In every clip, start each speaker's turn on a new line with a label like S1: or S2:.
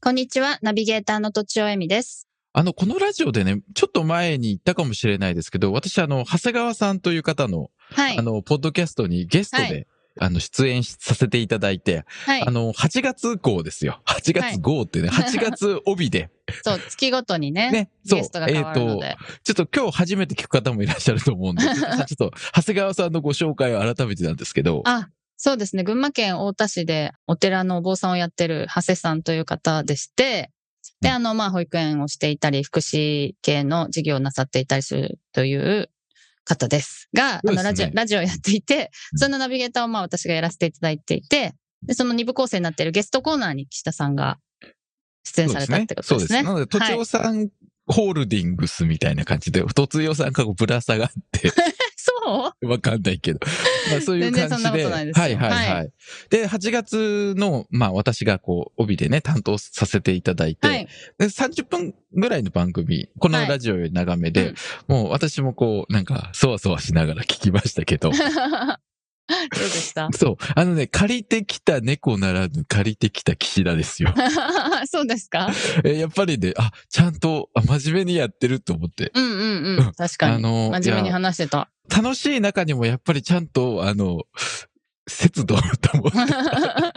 S1: こんにちはナビゲーターのとちおえみです
S2: あの、このラジオでね、ちょっと前に言ったかもしれないですけど、私、あの、長谷川さんという方の、
S1: はい
S2: あの、ポッドキャストにゲストで、
S1: はい
S2: あの、出演しさせていただいて、
S1: はい
S2: あの、8月号ですよ。8
S1: はい
S2: 月号ってね、8月帯で、
S1: そう月ごとに ね
S2: ね、
S1: ゲストが変わるので、
S2: えーと、ちょっと今日初めて聞く方もいらっしゃると思うん で、ちょっとちょっと、長谷川さんのご紹介を改めてなんですけど、
S1: あそうですね。群馬県太田市でお寺のお坊さんをやってる長谷さんという方でして、で、あの、まあ、保育園をしていたり、福祉系の事業をなさっていたりするという方ですが、
S2: そう
S1: あ
S2: です
S1: の、
S2: ね
S1: ラジオ、 ラジオをやっていて、そのナビゲーターをまあ、私がやらせていただいていて、で、その二部構成になっているゲストコーナーに岸田さんが出演されたってこと
S2: そう
S1: で
S2: ですすね。
S1: ね。
S2: なので、都
S1: はい
S2: 庁さんホールディングスみたいな感じで、都庁さんかぶら下がって、
S1: そ う
S2: わかんないけど。ま あそういう感じ
S1: 全然そんなこ
S2: で。
S1: とないですよ
S2: はいはいはい。
S1: は
S2: で、8月の、まあ私がこう、帯でね、担当させていただいて、
S1: はい。
S2: で30分ぐらいの番組、このラジオより長めで、
S1: はいうん、
S2: もう私もこう、なんか、そわそわしながら聞きましたけど
S1: どうでした
S2: そう、あのね、借りてきた猫ならぬ借りてきた岸田ですよ。
S1: そうですか
S2: えやっぱりね、あ、ちゃんと、あ真面目にやってると思って。
S1: うんうんうん。確か
S2: あ
S1: に。
S2: の、
S1: 真面目
S2: い
S1: に
S2: や
S1: 話してた。
S2: 楽しい中にもやっぱりちゃんと、あの、節度と思って。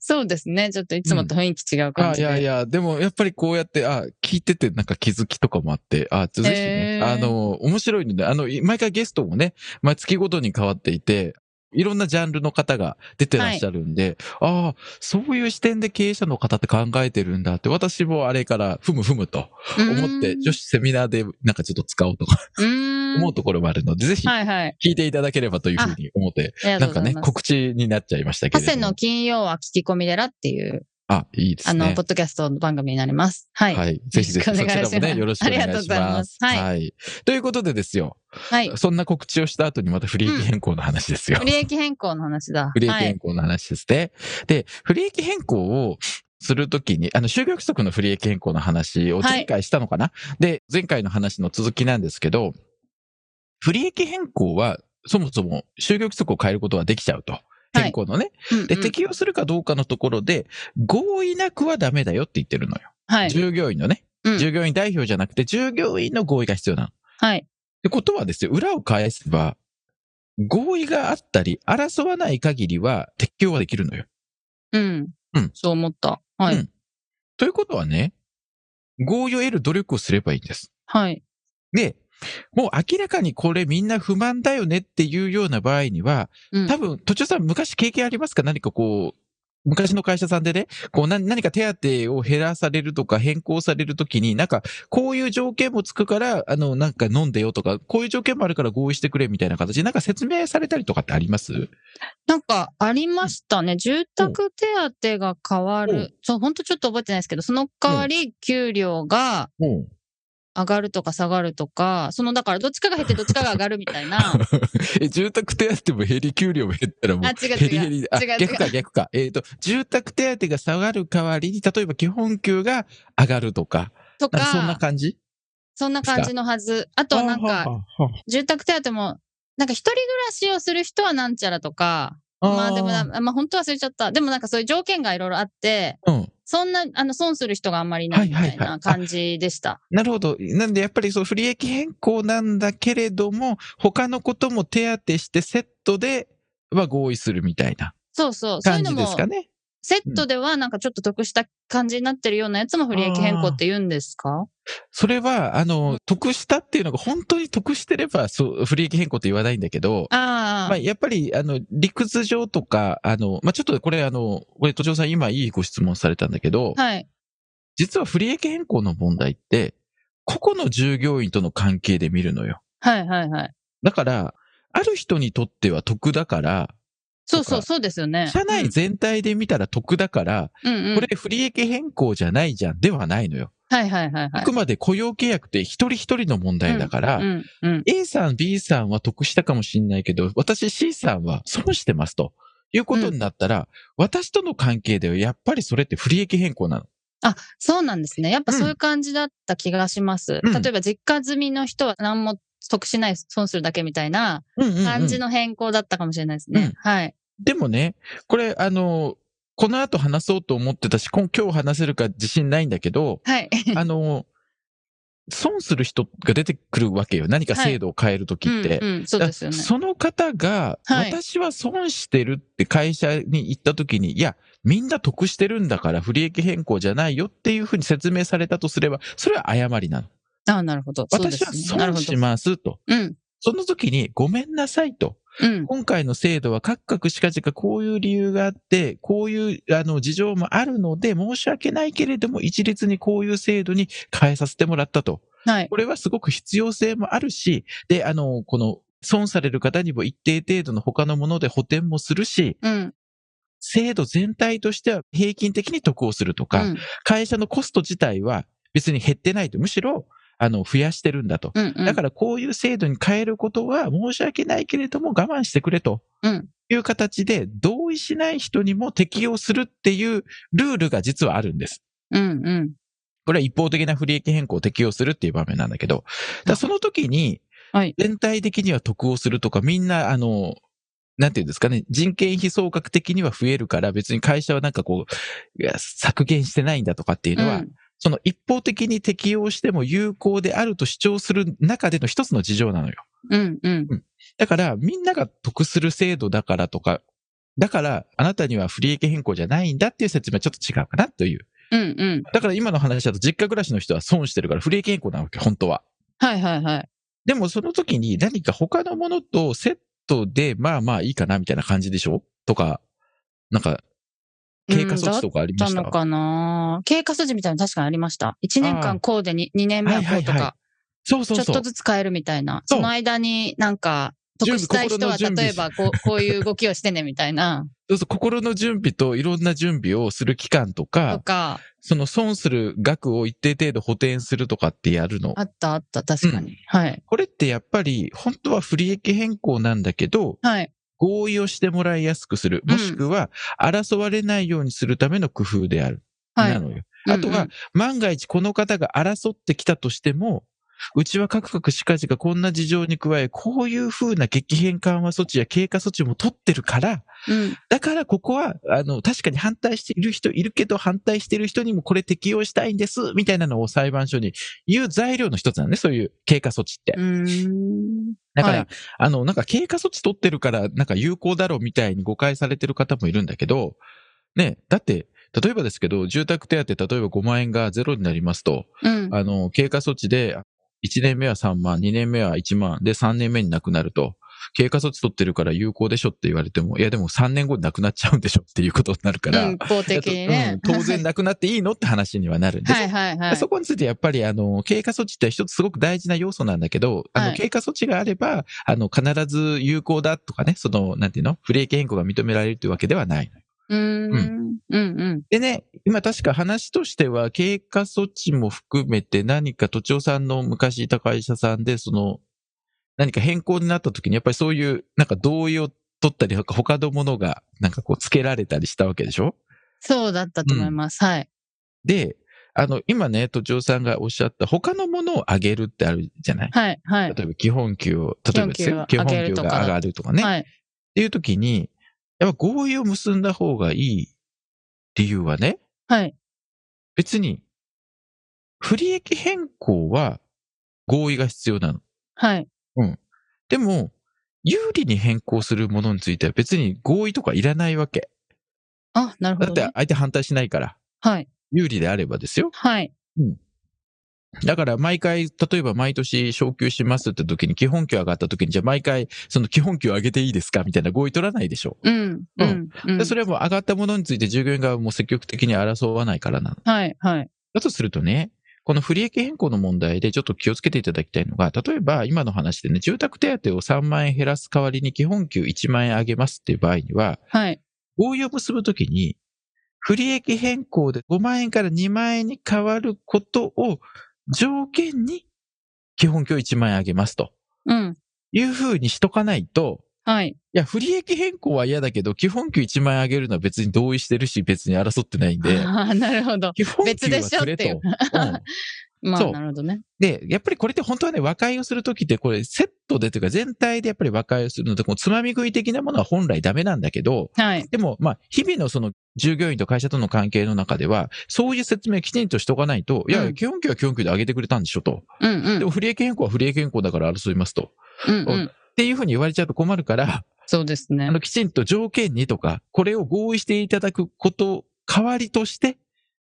S1: そうですね。ちょっといつもと雰囲気違う感
S2: あ
S1: じ
S2: い
S1: で。
S2: やいや、でもやっぱりこうやって、あ聞いててなんか気づきとかもあって、あぜひね
S1: へ、ー
S2: あの、面白いので、あの、い毎回ゲストもね、まあ、月ごとに変わっていて、いろんなジャンルの方が出てらっしゃるんで、ああ、そういう視点で経営者の方って考えてるんだって、私もあれからふむふむと思って、女
S1: 子
S2: 子セミナーでなんかちょっと使おうとか思うところもあるので、ぜひ
S1: はいはい。
S2: 聞いていただければというふうに思って、
S1: ありが
S2: な
S1: とうんご
S2: か
S1: ざ
S2: ね、
S1: います。
S2: 告知になっちゃいましたけ
S1: ハ
S2: れども。
S1: セの金曜は聞き込み寺っていう、
S2: あ、いいです
S1: あ
S2: ね。
S1: の、ポッドキャストの番組になります。はい。は。
S2: はいい。ぜひぜひ、
S1: よ
S2: そ
S1: ろしく
S2: ち
S1: お願いします
S2: らもね、よろしくお願いし
S1: ありが
S2: ます。
S1: とうございますはい
S2: ということでですよ、そんな告知をした後にまた不利益変更の話ですよ。
S1: 不利益変更の話だ。
S2: 不利益
S1: は
S2: 変
S1: い。
S2: 更の話ですね。で、不利益変更をするときに、あの、就業規則の不利益変更の話を前回したのかな、で、前回の話の続きなんですけど、不利益変更は、そもそも就業規則を変えることはできちゃうと。
S1: い
S2: 変更のね。
S1: うんうん
S2: で、適用するかどうかのところで、合意なくはダメだよって言ってるのよ。
S1: はい。
S2: 従業員のね。
S1: うん
S2: 従業員代表じゃなくて、従業員の合意が必要なの。っ
S1: はい。
S2: てことはですよ、裏を返せば、合意があったり、争わない限りは適用はできるのよ。
S1: うん
S2: うん。
S1: そう思った。は
S2: う
S1: い
S2: ん。ということはね、合意を得る努力をすればいいんです。
S1: はい。
S2: で、もう明らかにこれみんな不満だよねっていうような場合には、
S1: うん
S2: 多分、途中さん昔経験ありますか何かこう、昔の会社さんでね、こう何何か手当を減らされるとか変更されるときに、なんか、こういう条件もつくから、あの、なんか飲んでよとか、こういう条件もあるから合意してくれみたいな形で、なんか説明されたりとかってあります
S1: なんかありましたね。住宅手当が変わ
S2: う
S1: る
S2: ん。
S1: そう、本当ちょっと覚えてないですけど、その代わり給料が、
S2: うん。
S1: 上がるとか下がるとか、そのだからどっちかが減ってどっちかが上がるみた いな。あ、
S2: え、住宅手当も減り、給料も減ったらもう、
S1: 違う
S2: ヘリ
S1: 違
S2: ヘ
S1: う。
S2: リ。あ、
S1: 違う
S2: 逆か逆か。えっ、と、住宅手当が下がる代わりに、例えば基本給が上がるとか、な
S1: と
S2: ん
S1: か、
S2: かそんな感じ
S1: そんな感じのはず。あとはなんか、、住宅手当も、なんか一人暮らしをする人はなんちゃらとか、まあでもな、まあ本当忘れちゃった。でもなんかそういう条件がいろいろあって、
S2: うん。
S1: そんな、あの、損する人があんまりいないみた
S2: はいいはいは
S1: ない感じでした。
S2: なるほど。なんで、やっぱりそう、不利益変更なんだけれども、他のことも手当てしてセットでは合意するみたいな
S1: そうそう。そういう
S2: 感じ
S1: の
S2: です
S1: も
S2: か、ね。
S1: セットではなんかちょっと得した感じになってるようなやつも不利益変更って言うんですか
S2: それは、あの、得したっていうのが本当に得してれば、そう、不利益変更って言わないんだけど、
S1: ああ
S2: まあ、やっぱり、あの、理屈上とか、あの、まあ、ちょっとこれ、あの、これ、都庁さん今いいご質問されたんだけど、
S1: はい。
S2: 実は不利益変更の問題って、個々の従業員との関係で見るのよ。
S1: はいはいはい。
S2: だから、ある人にとっては得だから、
S1: そうそう、そうですよね。
S2: 社内全体で見たら得だから、
S1: うんうんうん
S2: これ不利益変更じゃないじゃん、ではないのよ。
S1: はいはいはいは
S2: あ
S1: い
S2: く。まで雇用契約って一人一人の問題だから、
S1: うんうん。
S2: A さん、B さんは得したかもしれないけど、私 C さんは損してますと。いうことになったら、私との関係ではやっぱりそれって不利益変更なの。
S1: あ、そうなんですね。やっぱ
S2: うん
S1: そういう感じだった気がします。
S2: うん
S1: 例えば実家済みの人は何も得しない、損するだけみたいな
S2: うんうんうん
S1: 感じの変更だったかもしれないですね。
S2: うん
S1: はい。、
S2: でもね、これ、あの、この後話そうと思ってたし、今今日話せるか自信ないんだけど
S1: はい。
S2: あの、損する人が出てくるわけよ。何か制度を変えるときって。
S1: うんうん、そうですよね
S2: だ。その方が、
S1: はい
S2: 私は損してるって会社に行った時に、いや、みんな得してるんだから不利益変更じゃないよっていうふうに説明されたとすれば、それは誤りなの。
S1: あなるほど。そうで
S2: 私は
S1: すね。なる
S2: 損
S1: ほ
S2: し
S1: ど。
S2: ますと。
S1: うん。
S2: その時に、ごめんなさいと。
S1: うん。
S2: 今回の制度は各々しかじかこういう理由があって、こういうあの事情もあるので、申し訳ないけれども、一律にこういう制度に変えさせてもらったと。
S1: はい。
S2: これはすごく必要性もあるし、で、あの、この、損される方にも一定程度の他のもので補填もするし、
S1: うん。
S2: 制度全体としては平均的に得をすると
S1: う
S2: か、
S1: ん。
S2: 会社のコスト自体は別に減ってないと、むしろ、あの、増やしてるんだと。
S1: うん。うん
S2: だからこういう制度に変えることは申し訳ないけれども我慢してくれと
S1: うん
S2: いう形で同意しない人にも適用するっていうルールが実はあるんです。
S1: うん。うん。
S2: これは一方的な不利益変更を適用するっていう場面なんだけど、だからその時に
S1: はい
S2: 全体的には得をするとかみんなあの、なんていうんですかね、人件費総額的には増えるから別に会社はなんかこういや削減してないんだとかっていう
S1: う
S2: のは
S1: ん。
S2: その一方的に適用しても有効であると主張する中での一つの事情なのよ。
S1: うん。うん。
S2: だから、みんなが得する制度だからとか、だから、あなたには不利益変更じゃないんだっていう説明はちょっと違うかなという。
S1: うん。うん。
S2: だから今の話だと実家暮らしの人は損してるから不利益変更なわけ、本当は。
S1: はいはいはい。
S2: でもその時に何か他のものとセットで、まあまあいいかなみたいな感じでしょとか、なんか、経過措置とかあり
S1: あ
S2: ま
S1: った
S2: した、
S1: のかな経過措置みたいなの確かにありました。1年
S2: あ
S1: 間
S2: ー
S1: こうで 2, 年目はこうと
S2: はいはいは
S1: か、
S2: そうそう
S1: ちょ
S2: そ
S1: っと
S2: う。
S1: ずつ変えるみたいな。
S2: そう
S1: その間になんか、得したい人は
S2: 準備
S1: 例えばこうこういう動きをしてねみた いな。
S2: そうそう心の準備といろんな準備をする期間と
S1: と
S2: か、
S1: か、
S2: その損する額を一定程度補填するとかってやるの
S1: あったあった、確かに。はい。
S2: これってやっぱり本当は不利益変更なんだけど、
S1: はい。
S2: 合意をしてもらいやすくする。
S1: うん
S2: もしくは争われないようにするための工夫である。
S1: はい。
S2: なのよ。
S1: うんうん
S2: あとは、万が一この方が争ってきたとしても、うちはカクカクしかじかこんな事情に加え、こういうふうな激変緩和措置や経過措置も取ってるから、
S1: うん。
S2: だからここは、あの、確かに反対している人いるけど、反対している人にもこれ適用したいんです、みたいなのを裁判所に言う材料の一つなんね、そういう経過措置って
S1: う。ーん。
S2: だから、
S1: はい
S2: あの、なんか経過措置取ってるから、なんか有効だろうみたいに誤解されてる方もいるんだけど、ね、だって、例えばですけど、住宅手当、例えば5万円がゼロになりますと、
S1: うん。
S2: あの、経過措置で、1年目は3万、2年目は1万、で、3年目になくなると、経過措置取ってるから有効でしょって言われても、いやでも3年後になくなっちゃうんでしょっていうことになるから、
S1: うん一方的にね。
S2: うん当然なくなっていいのって話にはなるんですよ
S1: はいはいはい。
S2: そこについてやっぱりあの経過措置って一つすごく大事な要素なんだけど、あ
S1: は
S2: の
S1: い
S2: 経過措置があれば、あの必ず有効だとかね、そのなんていうの、不利益変更が認められるというわけではない。
S1: うーん。うんうん。
S2: でね、今確か話としては経過措置も含めて何か都庁さんの昔いた会社さんで、その何か変更になった時にやっぱりそういうなんか同意を取ったり、他のものがなんかこう付けられたりしたわけでしょ
S1: そうだったと思います。はい。
S2: で、あの、今ね、都庁さんがおっしゃった他のものを上げるってあるじゃない
S1: はいはい。
S2: 例えば基本給を、例えばですよ
S1: 基
S2: 基
S1: 本
S2: 本
S1: 給を上げる
S2: 給
S1: と
S2: が
S1: か
S2: 上がるとかね、っ
S1: はい。
S2: ていう時に、やっぱ合意を結んだ方がいい理由はね、
S1: はい。
S2: 別に、不利益変更は合意が必要なの。
S1: はい。
S2: でも、有利に変更するものについては別に合意とかいらないわけ。
S1: あ、なるほ
S2: だっ
S1: ど、
S2: て
S1: ね。
S2: 相手反対しないから、
S1: はい。
S2: 有利であればですよ。
S1: はい。
S2: だから毎回、例えば毎年昇給しますって時に基本給上がった時に、じゃあ毎回その基本給上げていいですかみたいな合意取らないでしょ。
S1: うん。う
S2: うんん。
S1: うん
S2: で、それはもう上がったものについて従業員側も積極的に争わないからなの。
S1: はい。はい。
S2: だとするとね、この不利益変更の問題でちょっと気をつけていただきたいのが、例えば今の話でね、住宅手当を3万円減らす代わりに基本給1万円上げますっていう場合には、
S1: はい。
S2: 合意を結ぶときに、不利益変更で5万円から2万円に変わることを条件に基本給1万円あげますと
S1: うん。
S2: いうふうにしとかないと、
S1: はい。
S2: いや、不利益変更は嫌だけど、基本給1万円あげるのは別に同意してるし、別に争ってないんで、
S1: ああ、 なるほど。
S2: 基本
S1: 別
S2: 給
S1: で
S2: は
S1: しょっ
S2: く
S1: てい
S2: れ
S1: う
S2: と。うん
S1: ま
S2: そ
S1: あ、
S2: う
S1: なるほどね。
S2: で、やっぱりこれって本当はね、和解をするときって、これセットでというか全体でやっぱり和解をするので、このつまみ食い的なものは本来ダメなんだけど、
S1: はい。
S2: でも、まあ、日々のその従業員と会社との関係の中では、そういう説明きちんとしておかないと、いや
S1: う、ん
S2: 基本給は基本給で上げてくれたんでしょと。
S1: うんう
S2: で
S1: ん
S2: も、不利益変更は不利益変更だから争いますと。
S1: うんうん。
S2: っていうふうに言われちゃうと困るから、
S1: そうですね
S2: あ。の、きちんと条件にとか、これを合意していただくこと、代わりとして、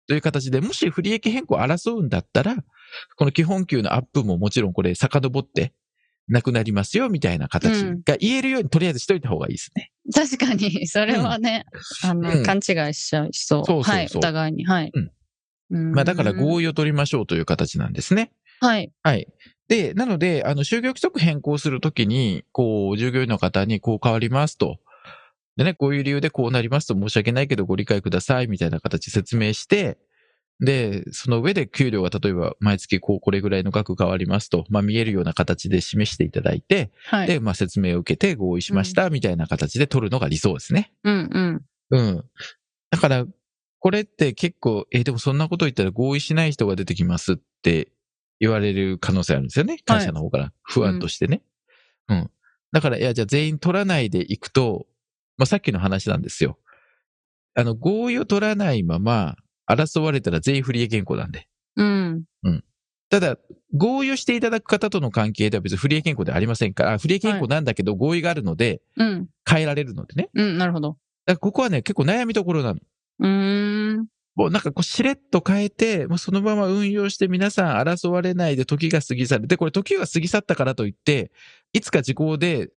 S2: という形で、もし不利益変更を争うんだったら、この基本給のアップももちろんこれ遡って、なくなりますよ、みたいな形
S1: うん
S2: が言えるようにとりあえずしといた方がいいですね。
S1: 確かに、 それはね、あ
S2: う
S1: の、
S2: ん
S1: 勘違いしちゃいそ
S2: そ
S1: う。
S2: うそうそう
S1: はい、お互いに。はい。うん
S2: まあだから合意を取りましょうという形なんですね。
S1: はい。
S2: はい。で、なので、あの、就業規則変更するときに、こう、従業員の方にこう変わりますと。でね、こういう理由でこうなりますと申し訳ないけどご理解くださいみたいな形で説明して、で、その上で給料が例えば毎月こうこれぐらいの額変わりますと、まあ見えるような形で示していただいて、
S1: はい。
S2: で、まあ説明を受けて合意しましたみたいな形で取るのが理想ですね。
S1: うんうん。
S2: うん。だから、これって結構、えーでもそんなこと言ったら合意しない人が出てきますって言われる可能性あるんですよね。会社の方から。不安としてね。うん、だから、いや、じゃあ全員取らないでいくと、まあ、さっきの話なんですよ。あの、合意を取らないまま、争われたら全員不利益変更なんで。
S1: うん。
S2: ただ、合意をしていただく方との関係では別に不利益変更ではありませんから、あ不利益変更なんだけど合意があるので、
S1: うん。
S2: 変えられるのでね。
S1: うん。なるほど。
S2: だからここはね、結構悩みどころなの。
S1: うーん。
S2: もうなんかこうしれっと変えて、もうそのまま運用して皆さん争われないで時が過ぎ去る。で、これ時が過ぎ去ったからといって、いつか時効で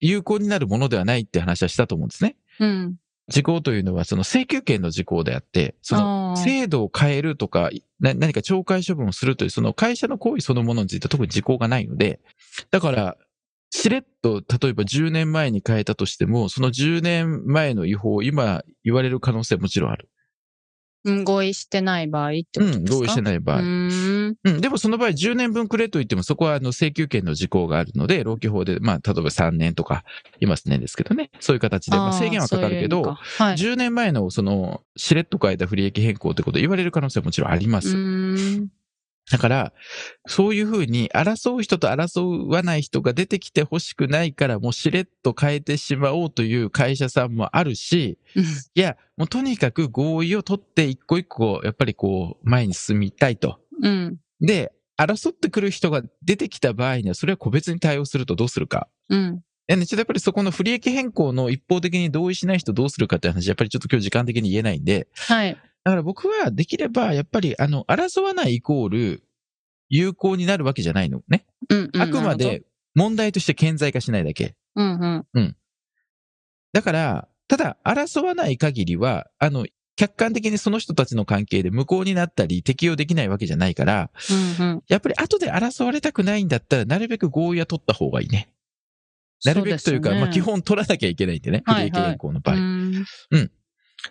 S2: 有効になるものではないって話はしたと思うんですね。
S1: うん。
S2: 時効というのはその請求権の時効であって、その
S1: あー
S2: 制度を変えるとか、な何か懲戒処分をするという、その会社の行為そのものについては特に時効がないので、だから、しれっと、例えば10年前に変えたとしても、その10年前の違法、今言われる可能性はもちろんある。
S1: うん合意してない場合って
S2: う
S1: ことです
S2: ん、
S1: か
S2: 同意してない場合。
S1: うーん。
S2: うん、でもその場合10年分くれと言っても、そこはあの請求権の時効があるので、労基法で、まあ、例えば3年とか、今3年ですけどね、そういう形で、まあ、
S1: ー
S2: 制限はかかるけど、
S1: そういうのかはい。
S2: 10年前のその、しれっと変えた不利益変更ってこと言われる可能性はもちろんありま
S1: う
S2: す。
S1: ーん。
S2: だから、そういうふうに争う人と争わない人が出てきてほしくないから、もうしれっと変えてしまおうという会社さんもあるし、いや、もうとにかく合意を取って一個一個、やっぱりこう、前に進みたいと。
S1: うん。
S2: で、争ってくる人が出てきた場合には、それは個別に対応するとどうするか。
S1: うん。
S2: いやねちょっとやっぱりそこの不利益変更の一方的に同意しない人どうするかって話、やっぱりちょっと今日時間的に言えないんで、
S1: はい。
S2: だから僕はできれば、やっぱり、あの、争わないイコール、有効になるわけじゃないのね。
S1: うん。うん
S2: あくま。
S1: なる
S2: で問題として顕在化しないだけ。
S1: ほどうんうん。
S2: だから、ただ、争わない限りは、あの、客観的にその人たちの関係で無効になったり適用できないわけじゃないから、
S1: うんうん。
S2: やっぱり後で争われたくないんだったら、なるべく合意は取った方がいいね。なるべくというか、
S1: そですね
S2: まあ基。本取らなきゃいけないんでね、不
S1: はい
S2: 利益変更の場合。
S1: うーん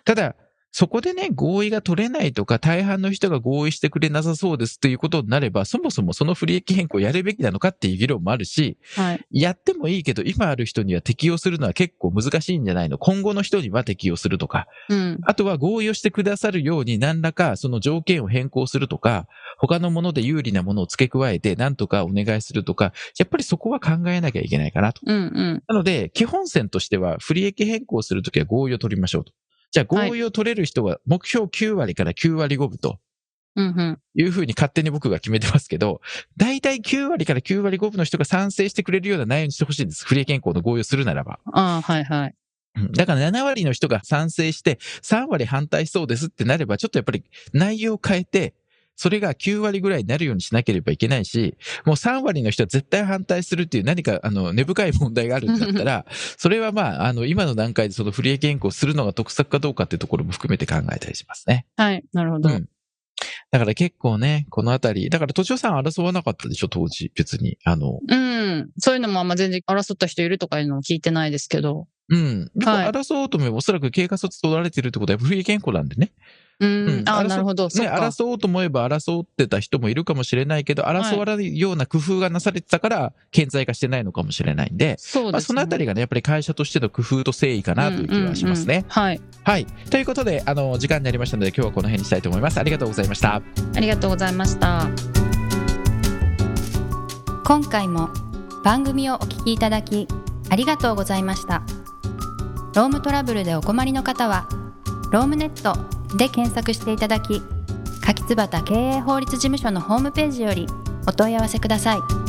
S2: ただ、そこでね、合意が取れないとか、大半の人が合意してくれなさそうですということになれば、そもそもその不利益変更やるべきなのかっていう議論もあるし、
S1: はい。
S2: やってもいいけど、今ある人には適用するのは結構難しいんじゃないの今後の人には適用するとか、
S1: うん。
S2: あとは合意をしてくださるように何らかその条件を変更するとか、他のもので有利なものを付け加えて何とかお願いするとか、やっぱりそこは考えなきゃいけないかなと。
S1: うんうん。
S2: なので、基本線としては不利益変更するときは合意を取りましょうと。じゃあ合意を取れる人は目標9割から9割5分と
S1: うんうん。
S2: いうふうに勝手に僕が決めてますけど、だいたい9割から9割5分の人が賛成してくれるような内容にしてほしいんです。不利益変更の合意をするならば。
S1: ああ、はいはい。
S2: うんだから7割の人が賛成して、3割反対しそうですってなれば、ちょっとやっぱり内容を変えて、それが9割ぐらいになるようにしなければいけないし、もう3割の人は絶対反対するっていう何か、あの、根深い問題があるんだったら、それはまあ、あの、今の段階でその不利益変更するのが得策かどうかっていうところも含めて考えたりしますね。
S1: はい。なるほど。
S2: うんだから結構ね、このあたり、だから都庁さん争わなかったでしょ、当時。別に。あの、
S1: うん。そういうのもあんま全然争った人いるとかいうのも聞いてないですけど。
S2: うん。でも
S1: はい
S2: 争おうと思えば、おそらく経過措置取られてるってことは、不利益健康なんでね。
S1: うん
S2: うん
S1: あ
S2: 争
S1: ーなるほど。そっ
S2: ね、
S1: か。
S2: 争おうと思えば争ってた人もいるかもしれないけど、争わないような工夫がなされてたから、顕在化してないのかもしれないんで、
S1: そう
S2: ま
S1: で
S2: あ、
S1: す
S2: そ
S1: ね。
S2: のあたりがね、やっぱり会社としての工夫と誠意かなという気がしますね。
S1: うんうんうんはい。
S2: はい。ということで、あの、時間になりましたので、今日はこの辺にしたいと思います。ありがとうございました。
S1: ありがとうございました。
S3: 今回も番組をお聞きいただきありがとうございましたロームトラブルでお困りの方はロームネットで検索していただき柿椿経営法律事務所のホームページよりお問い合わせください